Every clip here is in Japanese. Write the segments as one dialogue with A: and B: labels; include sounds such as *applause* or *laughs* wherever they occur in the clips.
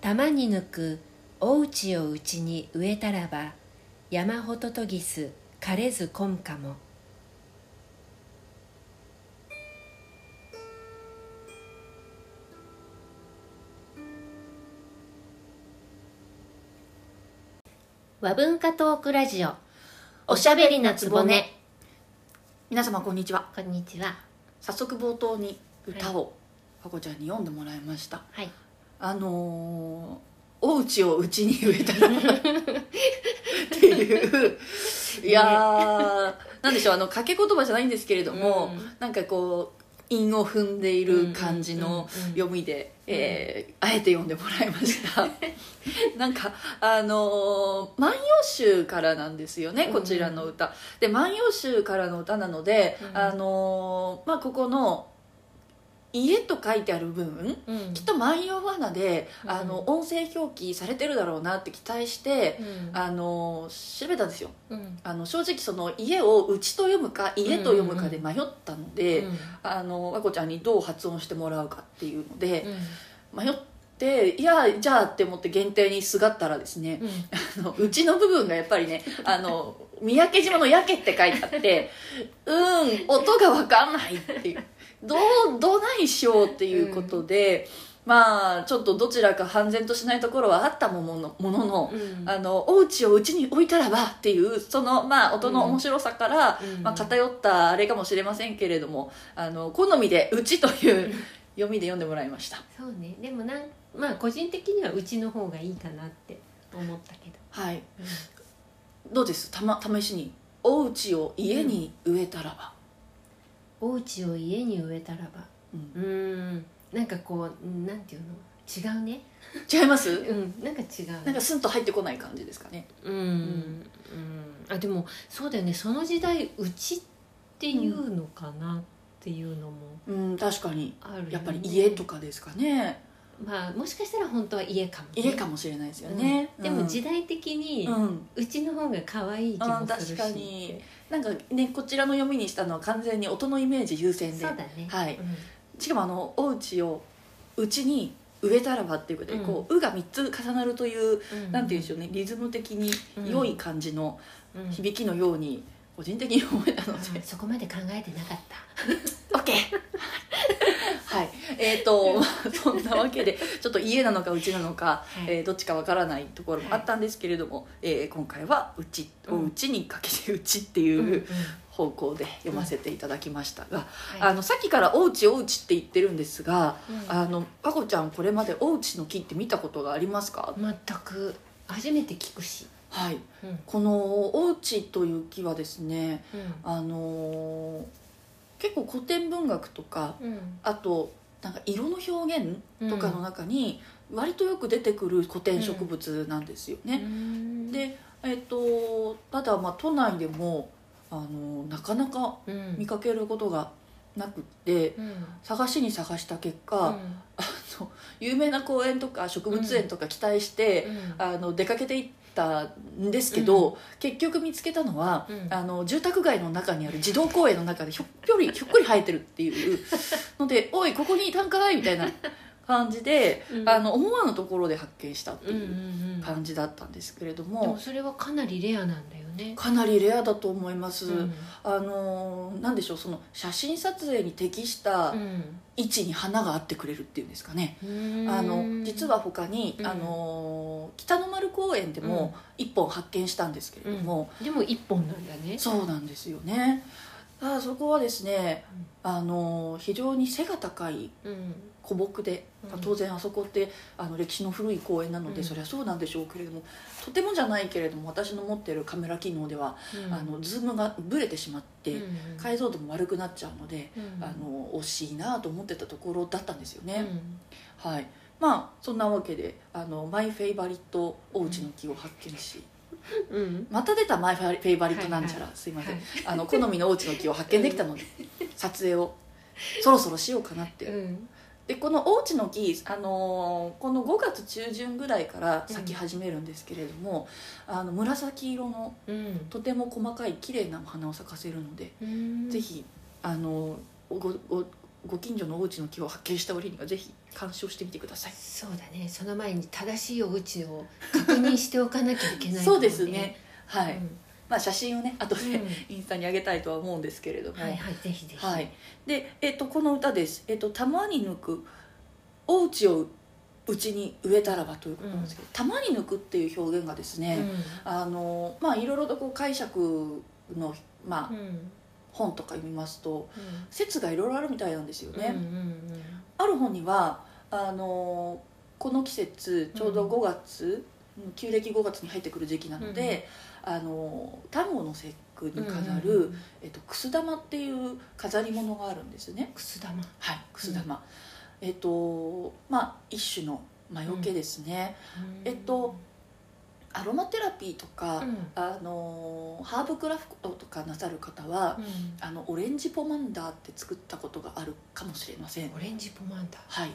A: 玉に抜くおうちをうちに植えたらば山ほととぎす枯れずこんかも
B: 和文化トークラジオおしゃべりなつぼね
C: 皆様こんにちは
B: こんにちは
C: 早速冒頭に歌をパコちゃんに読んでもらいました
B: はい
C: あのーお家をうちに植えたらっていういやーなんでしょうあの掛け言葉じゃないんですけれども、
B: うん
C: なんかこう韻を踏んでいる感じの
B: うんうんうんうん
C: 読みで、えーあえて読んでもらいました
B: *laughs*
C: なんかあのー万葉集」からなんですよねこちらの歌、で「万葉集」からの歌なので、
B: うん
C: あのーまあここの「家」と書いてある部分、
B: うん
C: きっと万葉罠で、
B: うん
C: あの音声表記されてるだろうなって期待して、
B: うん
C: あの調べたんですよ
B: うん
C: あの正直その家を「うち」と読むか「家」と読むかで迷ったので、
B: うん
C: あの和子ちゃんにどう発音してもらうかっていうので
B: うん
C: 迷っていやじゃあって思って限定にすがったらですね、
B: うん
C: うのうちの部分がやっぱりね *laughs* あの三宅島の「やけ」って書いてあってうーん音が分かんないっていうどうどないしようっていうことで、まあちょっとどちらか判然としないところはあったもののものの。
B: うん
C: あのお家をうちに置いたらばっていうその、まあ、音の面白さから、
B: うん
C: まあ、偏ったあれかもしれませんけれどもあの好みで「うち」という読みで読んでもらいました。
B: そうねでもなんまあ個人的にはうちの方がいいかなって思ったけど
C: はい、
B: うん
C: どうですた、ま、試しに「お家を家に植えたらば」
B: お家を家に植えたらば
C: うん
B: うーんなんかこううんなんていうの違うね
C: 違います
B: うんなんか違う
C: なんかスンと入ってこない感じですかね
B: うん、うん、あでもそうだよねその時代うちっていうのかなっていうのも
C: うん確かに
B: あるよね、
C: やっぱり家とかですかね
B: まあもしかしたら本当は家かもね、
C: 家かもしれないですよね、
B: うんでも時代的に
C: うん、うん
B: うちの方が可愛い気もするし
C: あー確かになんかねこちらの読みにしたのは完全に音のイメージ優先
B: そうだ
C: で
B: ね
C: はい
B: うん
C: しかもあのお家をうちに植えたらばっていうことで、
B: うん
C: こう「う」が3つ重なるという、
B: うん
C: なんて言うんでしょうねリズム的に良い感じの
B: うん
C: 響きのように個人的に思えたの
B: う
C: で、
B: んそこまで考えてなかった
C: オッケーはいえー、と *laughs* まあそんなわけでちょっと家なのかうちなのか、
B: はい
C: えーどっちかわからないところもあったんですけれども、えー今回は「うち」
B: う
C: を
B: ん
C: 「うち」にかけて「うち」っていう
B: は
C: 方向で読ませていただきましたが、
B: い
C: あのさっきから「おうちおうち」って言ってるんですが、
B: うん
C: あのパコちゃんこれまで「おうちの木」って見たことがありますか、
B: 全く初めて聞くし、
C: はい、
B: うん
C: この「おうち」という木はですね、あのー結構古典文学とか
B: うん
C: あとなんか色の表現とかの中に割とよく出てくる古典植物なんですよね。
B: ね、
C: で、えっとただまあ都内でもあのなかなか
B: うん
C: 見かけることがなくって
B: うん
C: 探しに探した結
B: う
C: 果、
B: ん
C: あの有名な公園とか植物園とか期待して、あの出かけていったんですけど、結局見つけたのは、
B: うん
C: あの住宅街の中にある児童公園の中でひょっぴょりひょっこり生えてるっていうので「おいここにいたんかい」みたいな感じで、
B: うん
C: あの思わぬところで発見したって
B: うんうん
C: いう
B: うん
C: 感じだったんですけれど
B: でも
C: も、
B: それはかなりレアなんだよね。
C: かなりレアだと思います。
B: うん
C: あのなんでしょうその写真撮影に適した位置に花があってくれるっていうんですかね。
B: うん
C: あの実は他に、
B: うん
C: あの北の丸公園でも1本発見したんですけれども、
B: でも一本なんだね。
C: そうなんですよねあそこはですね、あの非常に背が高い
B: うん
C: 古木で、まあ
B: うん
C: 当然あそこってあの歴史の古い公園なので、
B: うん
C: そりゃそうなんでしょうけれどもとてもじゃないけれども私の持ってるカメラ機能では、
B: うん
C: あのズームがブレてしまって、
B: うん
C: 解像度も悪くなっちゃうので、
B: うん
C: あの惜しいなと思ってたところだったんですよね。
B: うん
C: はい、まあそんなわけであのマイフェイバリットおうちの木を発見し、
B: うん
C: また出たマイフェイバリットなんちゃら、すいません、
B: はい
C: あの好みのおうちの木を発見できたの
B: *laughs*
C: で、撮影をそろそろしようかなって、
B: うん
C: でこのおうちの木、あのーこの5月中旬ぐらいから咲き始めるんですけれども、あの紫色の
B: うん
C: とても細かい綺麗なお花を咲かせるので、
B: うん
C: ぜひあのーごごご近所のお家の木を発見した折にはぜひ鑑賞してみてください
B: そうだねその前に正しいお家を確認しておかなきゃいけないか
C: *laughs* そ
B: も
C: うですねはい、
B: うん
C: まあ写真をね後で、
B: うん
C: インスタに上げたいとは思うんですけれども
B: はいはいぜひぜひ、
C: はい、で、えっとこの歌です「えっとたまに抜くお家をうちに植えたらば」ということなんですけど「たまに抜く」っていう表現がです
B: う
C: ね、
B: ん
C: あのまあいろいろとこう解釈の、まあ、
B: うん
C: 本とか読みますと
B: うん
C: 説がいろいろあるみたいなんですよね。
B: うんうんうん
C: ある本にはあのこの季節ちょうど
B: うん
C: 5月、旧暦5月に入ってくる時期なので、あの端午の節句に飾る、
B: うん
C: えっと、くす玉っていう飾り物があるんですね。
B: くす玉、
C: はい、くす玉、えっとまあ一種の魔除けですね、えっとアロマテラピーとか、
B: うん、
C: あのハーブクラフトとかなさる方は、
B: う
C: あのオレンジポマンダーって作ったことがあるかもしれません
B: ん、オレンジポマンダー、
C: はい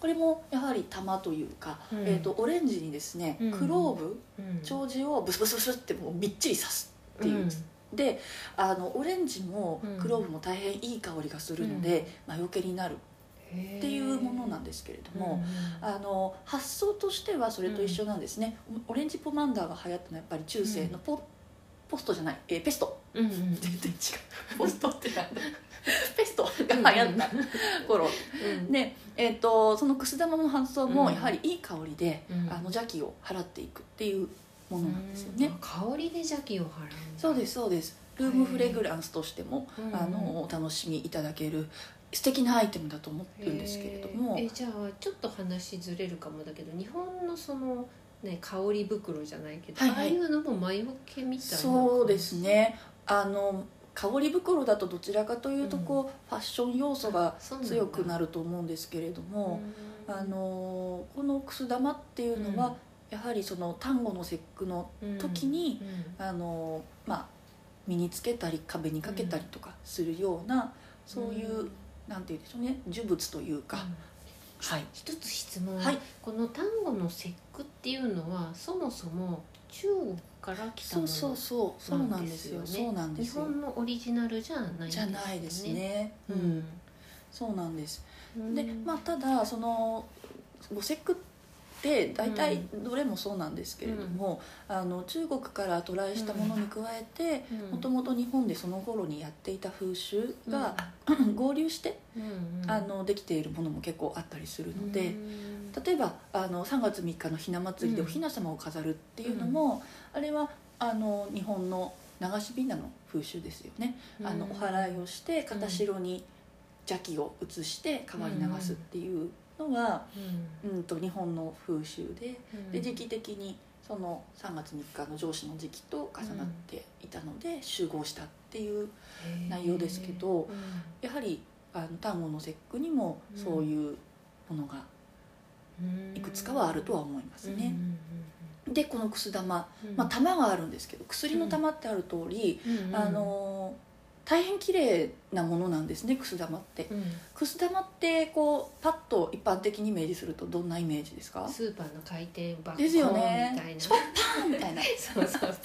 C: これもやはり玉というか、
B: うん
C: えっとオレンジにですね、
B: うん
C: クローブ
B: うん、
C: 長寿をブスブスブスってもうみっちり刺すっていう、であのオレンジも
B: うん
C: クローブも大変いい香りがするので、魔除けになる
B: っ
C: っていうものなんですけれども、あの発想としてはそれと一緒なんですね、オレンジポマンダーが流行ったのはやっぱり中世のポ,、ポストじゃない、えーペスト
B: うんうん *laughs* うん
C: 全然違うポストってなんだ *laughs* ペストが流行った頃、
B: うん
C: で、えー、とそのくす玉の発想
B: う
C: も
B: ん
C: やはりいい香りで、
B: うん
C: あの邪気を払っていくっていうものなんですよね、
B: うん香りで邪気を払う
C: そうですそうですルームフレグランスとしても、
B: うんうん
C: あのお楽しみいただける素敵なアイテムだと思ってるんですけれども
B: へーえじゃあちょっと話ずれるかもだけど日本のそのね香り袋じゃないけど、
C: はいはい
B: ああいうのも前置けみたいな
C: そうですねあの香り袋だとどちらかというとこう、ファッション要素が強くな
B: る
C: ると思うんですけれども、あのこのくす玉っていうのは、やはりその端午の節句の時に、あのまあ身につけたり壁にかけたりとかするような、そういう、なんて言うんでしょうね呪物というか、
B: が
C: はい
B: 一つ質問、
C: はい
B: この端午の節句っていうのはそもそも中国から来た
C: そ
B: も
C: う
B: の
C: そうそうそうなんですよ
B: なんですよね
C: そうなんで
B: 日
C: すよ
B: 本のオリジナルじゃないんです
C: じゃないですね
B: う
C: うん
B: ん、
C: そうなんです
B: うん
C: でまあただその五節句って大体どれもそうなんですけれども、あの中国から渡来したものに加えて
B: うん
C: もともと日本でその頃にやっていた風習が、 *laughs* 合流して、
B: うんうん
C: あのできているものも結構あったりするので、
B: うん
C: 例えばあの3月3日のひな祭りで
B: う
C: お
B: ん
C: ひな様を飾るっていうのも、あれはあの日本の流しびなの風習ですよね。あの
B: うん
C: お祓いをして片白に邪気を移して川に流すっていうのは、
B: うん
C: うん、と日本の風習で
B: うん
C: で時期的にその3月3日の上司の時期と重なっていたので集合したっていう内容ですけど
B: へー
C: やはりあの端午の節句にもそういうものが
B: うん
C: いくつかはあるとは思います
B: うんうん
C: ね。でこのくす玉、
B: うんうん
C: まあ、玉があるんですけど薬の玉ってある通り、
B: うんうん
C: あの大変綺麗なものなんですねくす玉って。
B: うん
C: くす玉ってこうパッと一般的にイメージするとどんなイメージですか
B: スーパーの回転バッ
C: ですよね
B: みたいな
C: ショッパンみたいな
B: *laughs* そうそう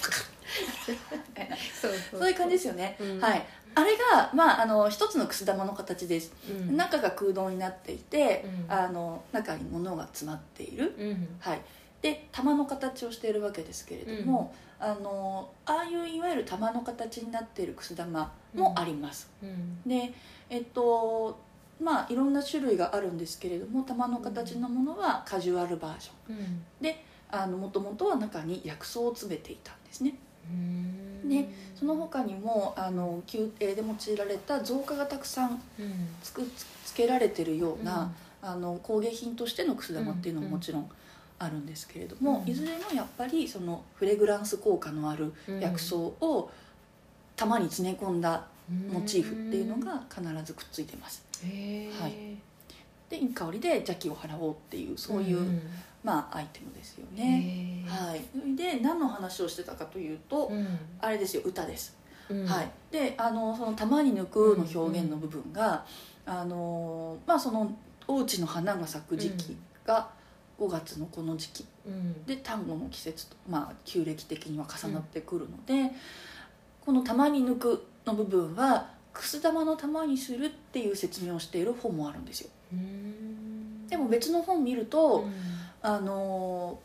B: そう、
C: *laughs* そういう感じですすよね、
B: うん
C: はいあれが、まあ、あの一つのくす玉の形です、
B: うん、
C: 中が空洞になっていて、
B: うん
C: あの中に物が詰まっている
B: うん
C: はいで玉の形をしているわけですけれども、あのああいういわゆる玉の形になっているくす玉もあります、
B: うん
C: でえっとまあいろんな種類があるんですけれども玉の形のものはカジュアルバージョン
B: うん
C: あのもともとは中に薬草を詰めていたんですね
B: うん
C: ねその他にもあの宮廷で用いられた造花がたくさん
B: うん
C: つくつつけられてるような、あの工芸品としてのくす玉っていうのももちろんあるんですけれども、
B: うん
C: いずれもやっぱりそのフレグランス効果のある
B: うん
C: 薬草を玉に詰め込んだモチーフっていうの
B: うん
C: が必ずくっついてます。
B: へー
C: はいでいい香りで邪気を払おうっていうそういう、
B: ん
C: まあアイテムですよ
B: うん
C: ね。
B: へー
C: はい、で何の話をしてたかというと、
B: うん
C: あれですよ歌です、
B: うん
C: はいであのその「玉に抜く」の表現の部分が、あのまあそのお家の花が咲く時期が5月のこの時期
B: うん
C: で端午の季節と、まあ、旧暦的には重なってくるので、この「玉に抜く」の部分はくす玉の玉にするっていう説明をしている本もあるんですよ
B: うん
C: でも別の本見ると、
B: うん
C: あのー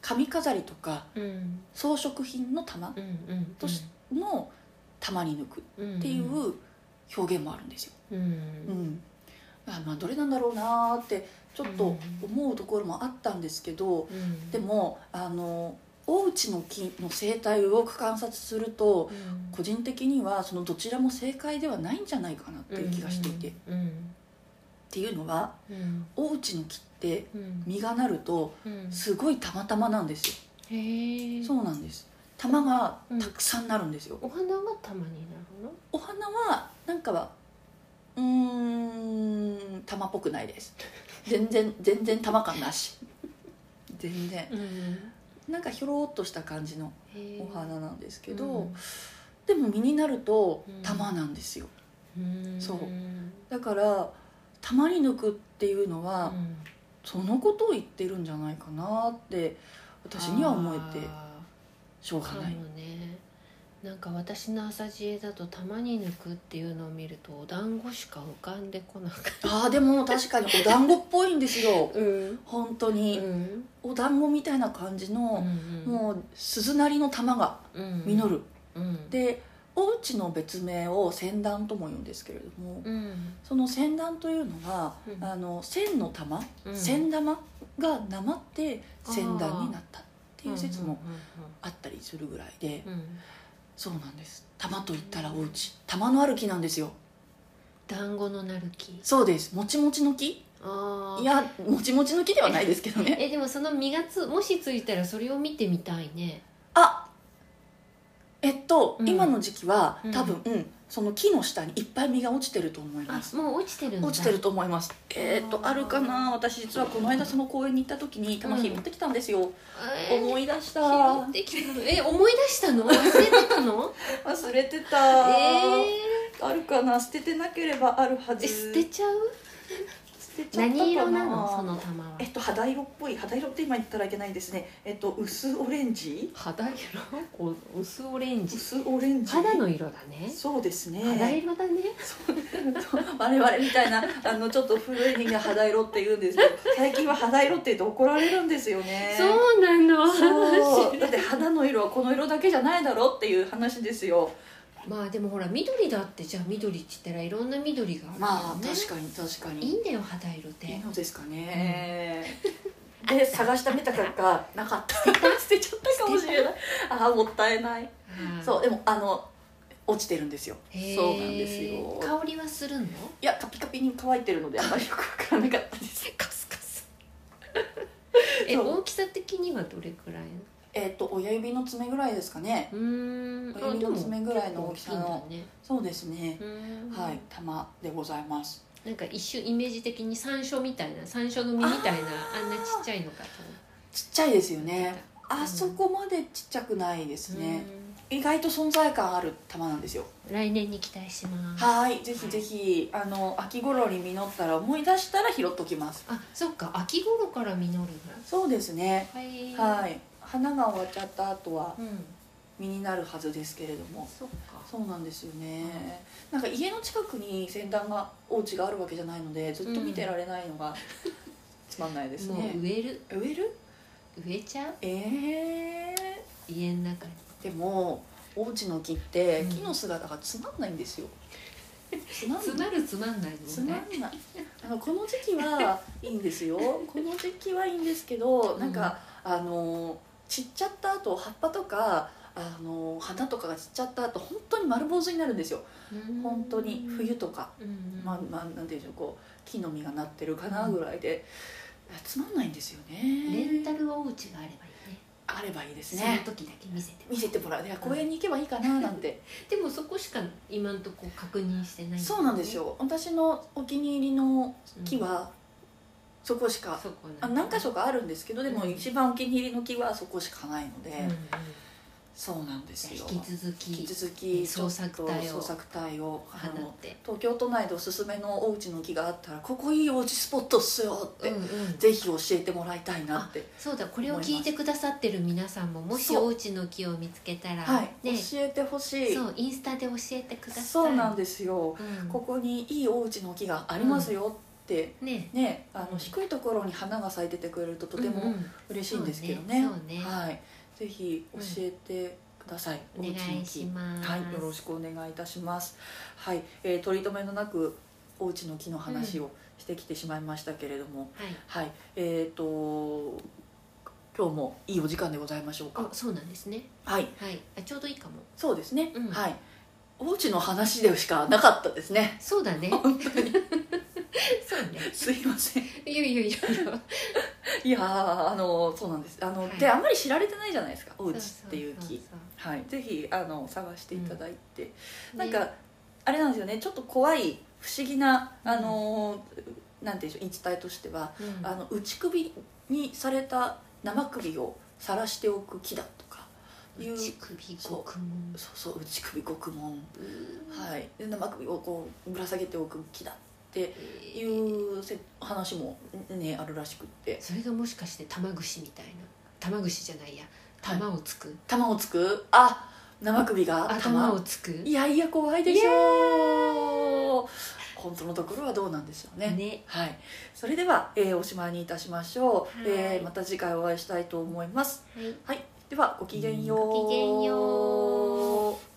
C: 髪飾りとか
B: うん
C: 装飾品の玉
B: うんうん
C: としの玉に抜く
B: っ
C: っていう表現もあるんですよ、
B: うん
C: うんあまあどれなんだろうなーってちょっと思うところもあったんですけど、
B: うん
C: でもあのお家の木の生態を観察すると
B: うん
C: 個人的にはそのどちらも正解ではないんじゃないかなっていう気がしていて、っ
B: うん
C: ていうのは
B: うん
C: お家の木って
B: うん
C: 実がなると
B: うん
C: すごいたまたまなんですよ、
B: へえ
C: そうなんです玉がたくさんなるんですよ、
B: お花が玉になるの
C: お花はなんかはうーん玉っぽくないです全然全然玉感なし全然なんかひょろっとした感じの
B: へー
C: お花なんですけど、でも実になると
B: うん
C: 玉なんですよ、
B: うん
C: そうんだから玉に抜くっていうのは、
B: うん
C: そのことを言ってるんじゃないかなって私には思えて
B: あ
C: しょう
B: ー
C: が
B: かも
C: ない
B: ねなんか私の朝知恵だと玉に抜くっていうのを見るとお団子しか浮かんでこなかっ
C: あーでも確かにお団子っぽいんです
B: *laughs*
C: よ
B: たうん
C: 本当
B: う
C: に、
B: ん
C: お団子みたいな感じ
B: う
C: の、
B: ん
C: もう鈴なりの玉が
B: うん
C: 実る、
B: うん
C: でおうちの別名を仙段とも言うんですけれども、
B: うん
C: その仙段というのは、
B: うん
C: あの仙の玉
B: うん
C: 千玉がなまって千段になったっていう説もあったりするぐらいで
B: うんうんうんうん
C: そうなんです玉と言ったらお家玉のある木なんですよ
B: 団子のなる木
C: そうですもちもちの木
B: ああ
C: いやもちもちの木ではないですけどね
B: えでもその実がつもしついたらそれを見てみたいね
C: あえっと、
B: うん
C: 今の時期は
B: うん
C: 多分、うんその木の下にいっぱい実が落ちてると思い
B: あ
C: ます
B: もう落ちてるんだ
C: 落ちてると思いますえーっとあるかな私実はこの間その公園に行った時に玉拾ってきたんですよ、
B: えー
C: 思い出した
B: 拾ってきたのえ思い出したの忘れてた
C: *laughs*
B: の
C: 忘れてた
B: えー、
C: あるかな捨ててなければあるはず
B: え捨てちゃう
C: 捨てちゃったか
B: 何色なのその玉は
C: えっと肌色っぽい肌色って今言ったらいけないですねえっと薄オレンジ
B: 肌色お薄オレンジ
C: 薄オレンジ
B: 肌の色だね
C: そうですね
B: 肌色だね
C: 我々みたいなあのちょっと古い人間肌色って言うんですけど最近は肌色って言うと怒られるんですよね
B: そうなの
C: そ
B: 話
C: うだって肌の色はこの色だけじゃないだろっていう話ですよ
B: *laughs* まあでもほら緑だってじゃあ緑って言ったらいろんな緑があるからね
C: かに確か
B: いいんだよ肌色って
C: いいのですかね、で探した見たかがなかった捨てちゃったかもしれないああもったいない、
B: はい
C: そうでもあの落ちてるんですよ
B: へー
C: そうなんですよ
B: 香りはするの
C: いやカピカピに乾いてるのであんまりよくわからなかったです
B: カスカス *laughs* え
C: そう
B: 大きさ的にはどれくらいの
C: えっ、と親指の爪ぐらいですかね
B: うーん
C: 親指の爪ぐらいの大きさの
B: いいんだね
C: そうですね
B: う、ーん
C: はい玉でございます
B: なんか一瞬イメージ的に山椒みたいな山椒の実みたいな
C: あー
B: あんなちっちゃいのかと
C: ちっちゃいですよ
B: 思っ
C: ね
B: て
C: あそこまでちっちゃくないです
B: た
C: ね、意外と存在感ある玉なんですよ
B: うーん来年に期待します
C: はいぜひぜひあの秋頃に実ったら思い出したら拾っときます
B: あそっか秋頃から実るの
C: そうですね
B: はい
C: はい花が終わっちゃった後は
B: うん
C: 実になるはずですけれども
B: そっか
C: そうなんですよねなんか家の近くに先端がお家があるわけじゃないのでずっと見てられないのがつまんないです
B: も
C: ね
B: う植える
C: 植える
B: 植えちゃう
C: ええ
B: 家の中に
C: でもお家の木って
B: うん
C: 木の姿がつまんないんですよつまん
B: つま
C: ない
B: るつまんない
C: つ
B: の
C: ま
B: ね
C: んないあのこの時期はいいんですよこの時期はいいんですけどなんか、あの散っちゃった後葉っぱとかあの花とかが散っちゃった後本当に丸坊主になるんですよ
B: うーん
C: 本当に冬とか、
B: うん
C: まあまあなんていうんでしょうこう木の実がなってるかなぐらいで、つまんないんですよね
B: レンタルお家があればいいね
C: あればいいです
B: その
C: ね
B: 時だけ見せて
C: 見せてもらういや公園に行けばいいかななんて
B: でもそこしか今んとこ確認してないだよね
C: そうなんですよ私のお気に入りの木はそこし
B: うん
C: か、
B: そこ
C: あ
B: なんだ
C: 何箇所かあるんですけどでも
B: うん
C: 一番お気に入りの木はそこしかないので、
B: うんうん
C: そうなんですよ
B: 引き続
C: 引き
B: き
C: 続きちょっ
B: 捜
C: と
B: 索隊を
C: 捜索隊をあ
B: 放っ
C: の
B: て、
C: 東京都内でおすすめのお家の木があったらここいいお家スポットっすよって、
B: うんうん
C: ぜひ教えてもらいたいなって
B: そうだこれを聞いてくださってる皆さんももし
C: そう
B: お家の木を見つけたら、
C: はい、
B: ね
C: 教えてほしい
B: そうインスタで教えてください
C: そうなんですよ、
B: うん
C: ここにいいお家の木がありますよって、
B: ね
C: ねあ
B: うん
C: の低いところに花が咲いててくれるととて
B: うんう
C: も
B: ん
C: 嬉しいんですけど
B: そ
C: ね,、
B: うねそうね
C: はいぜひ教えてください、
B: お
C: お家
B: 願
C: の
B: い
C: 木
B: します
C: はい、よろしくお願いいたします。はい、えー、取り留めのなくお家の木の話をしてきてしまいましたけれども、
B: はい
C: はい、えっ、と今日もいいお時間でございましょうか
B: あ。そうなんですね
C: はい、
B: はいあちょうどいいかも
C: そうですね。
B: うん
C: はい、お家の話でしかなかったですね。 *laughs*
B: *laughs* そうだね
C: 本当に
B: そうね
C: すいません。
B: いやいやいやいや
C: いやーあのそうなんです。あの、
B: はい
C: であんまり知られてないじゃないですか。お
B: お
C: 家っていう木。はい、ぜひあの探していただいて。なん
B: ね
C: かあれなんですよねちょっと怖い不思議な、あのーなんていうんでしょう言い伝えとしては、
B: うん
C: あの打ち首にされた生首を晒しておく木だとかいう
B: 内首
C: そう
B: 獄門
C: そうそう打ち首獄門、はい、で生首をこうぶら下げておく木だってい
B: えー
C: うせ話も、ね、あるらしくって
B: それがもしかして玉串みたいな玉串じゃないや玉をつく、
C: 玉をつくあ生首が
B: 頭をつく
C: いやいや怖いでしょう本当のところはどうなんでしょうね
B: ね
C: はい、それでは、えーおしまいにいたしましょう、
B: はい
C: えーまた次回お会いしたいと思います
B: はい
C: ではごきげんよう
B: ごきげんよ
C: う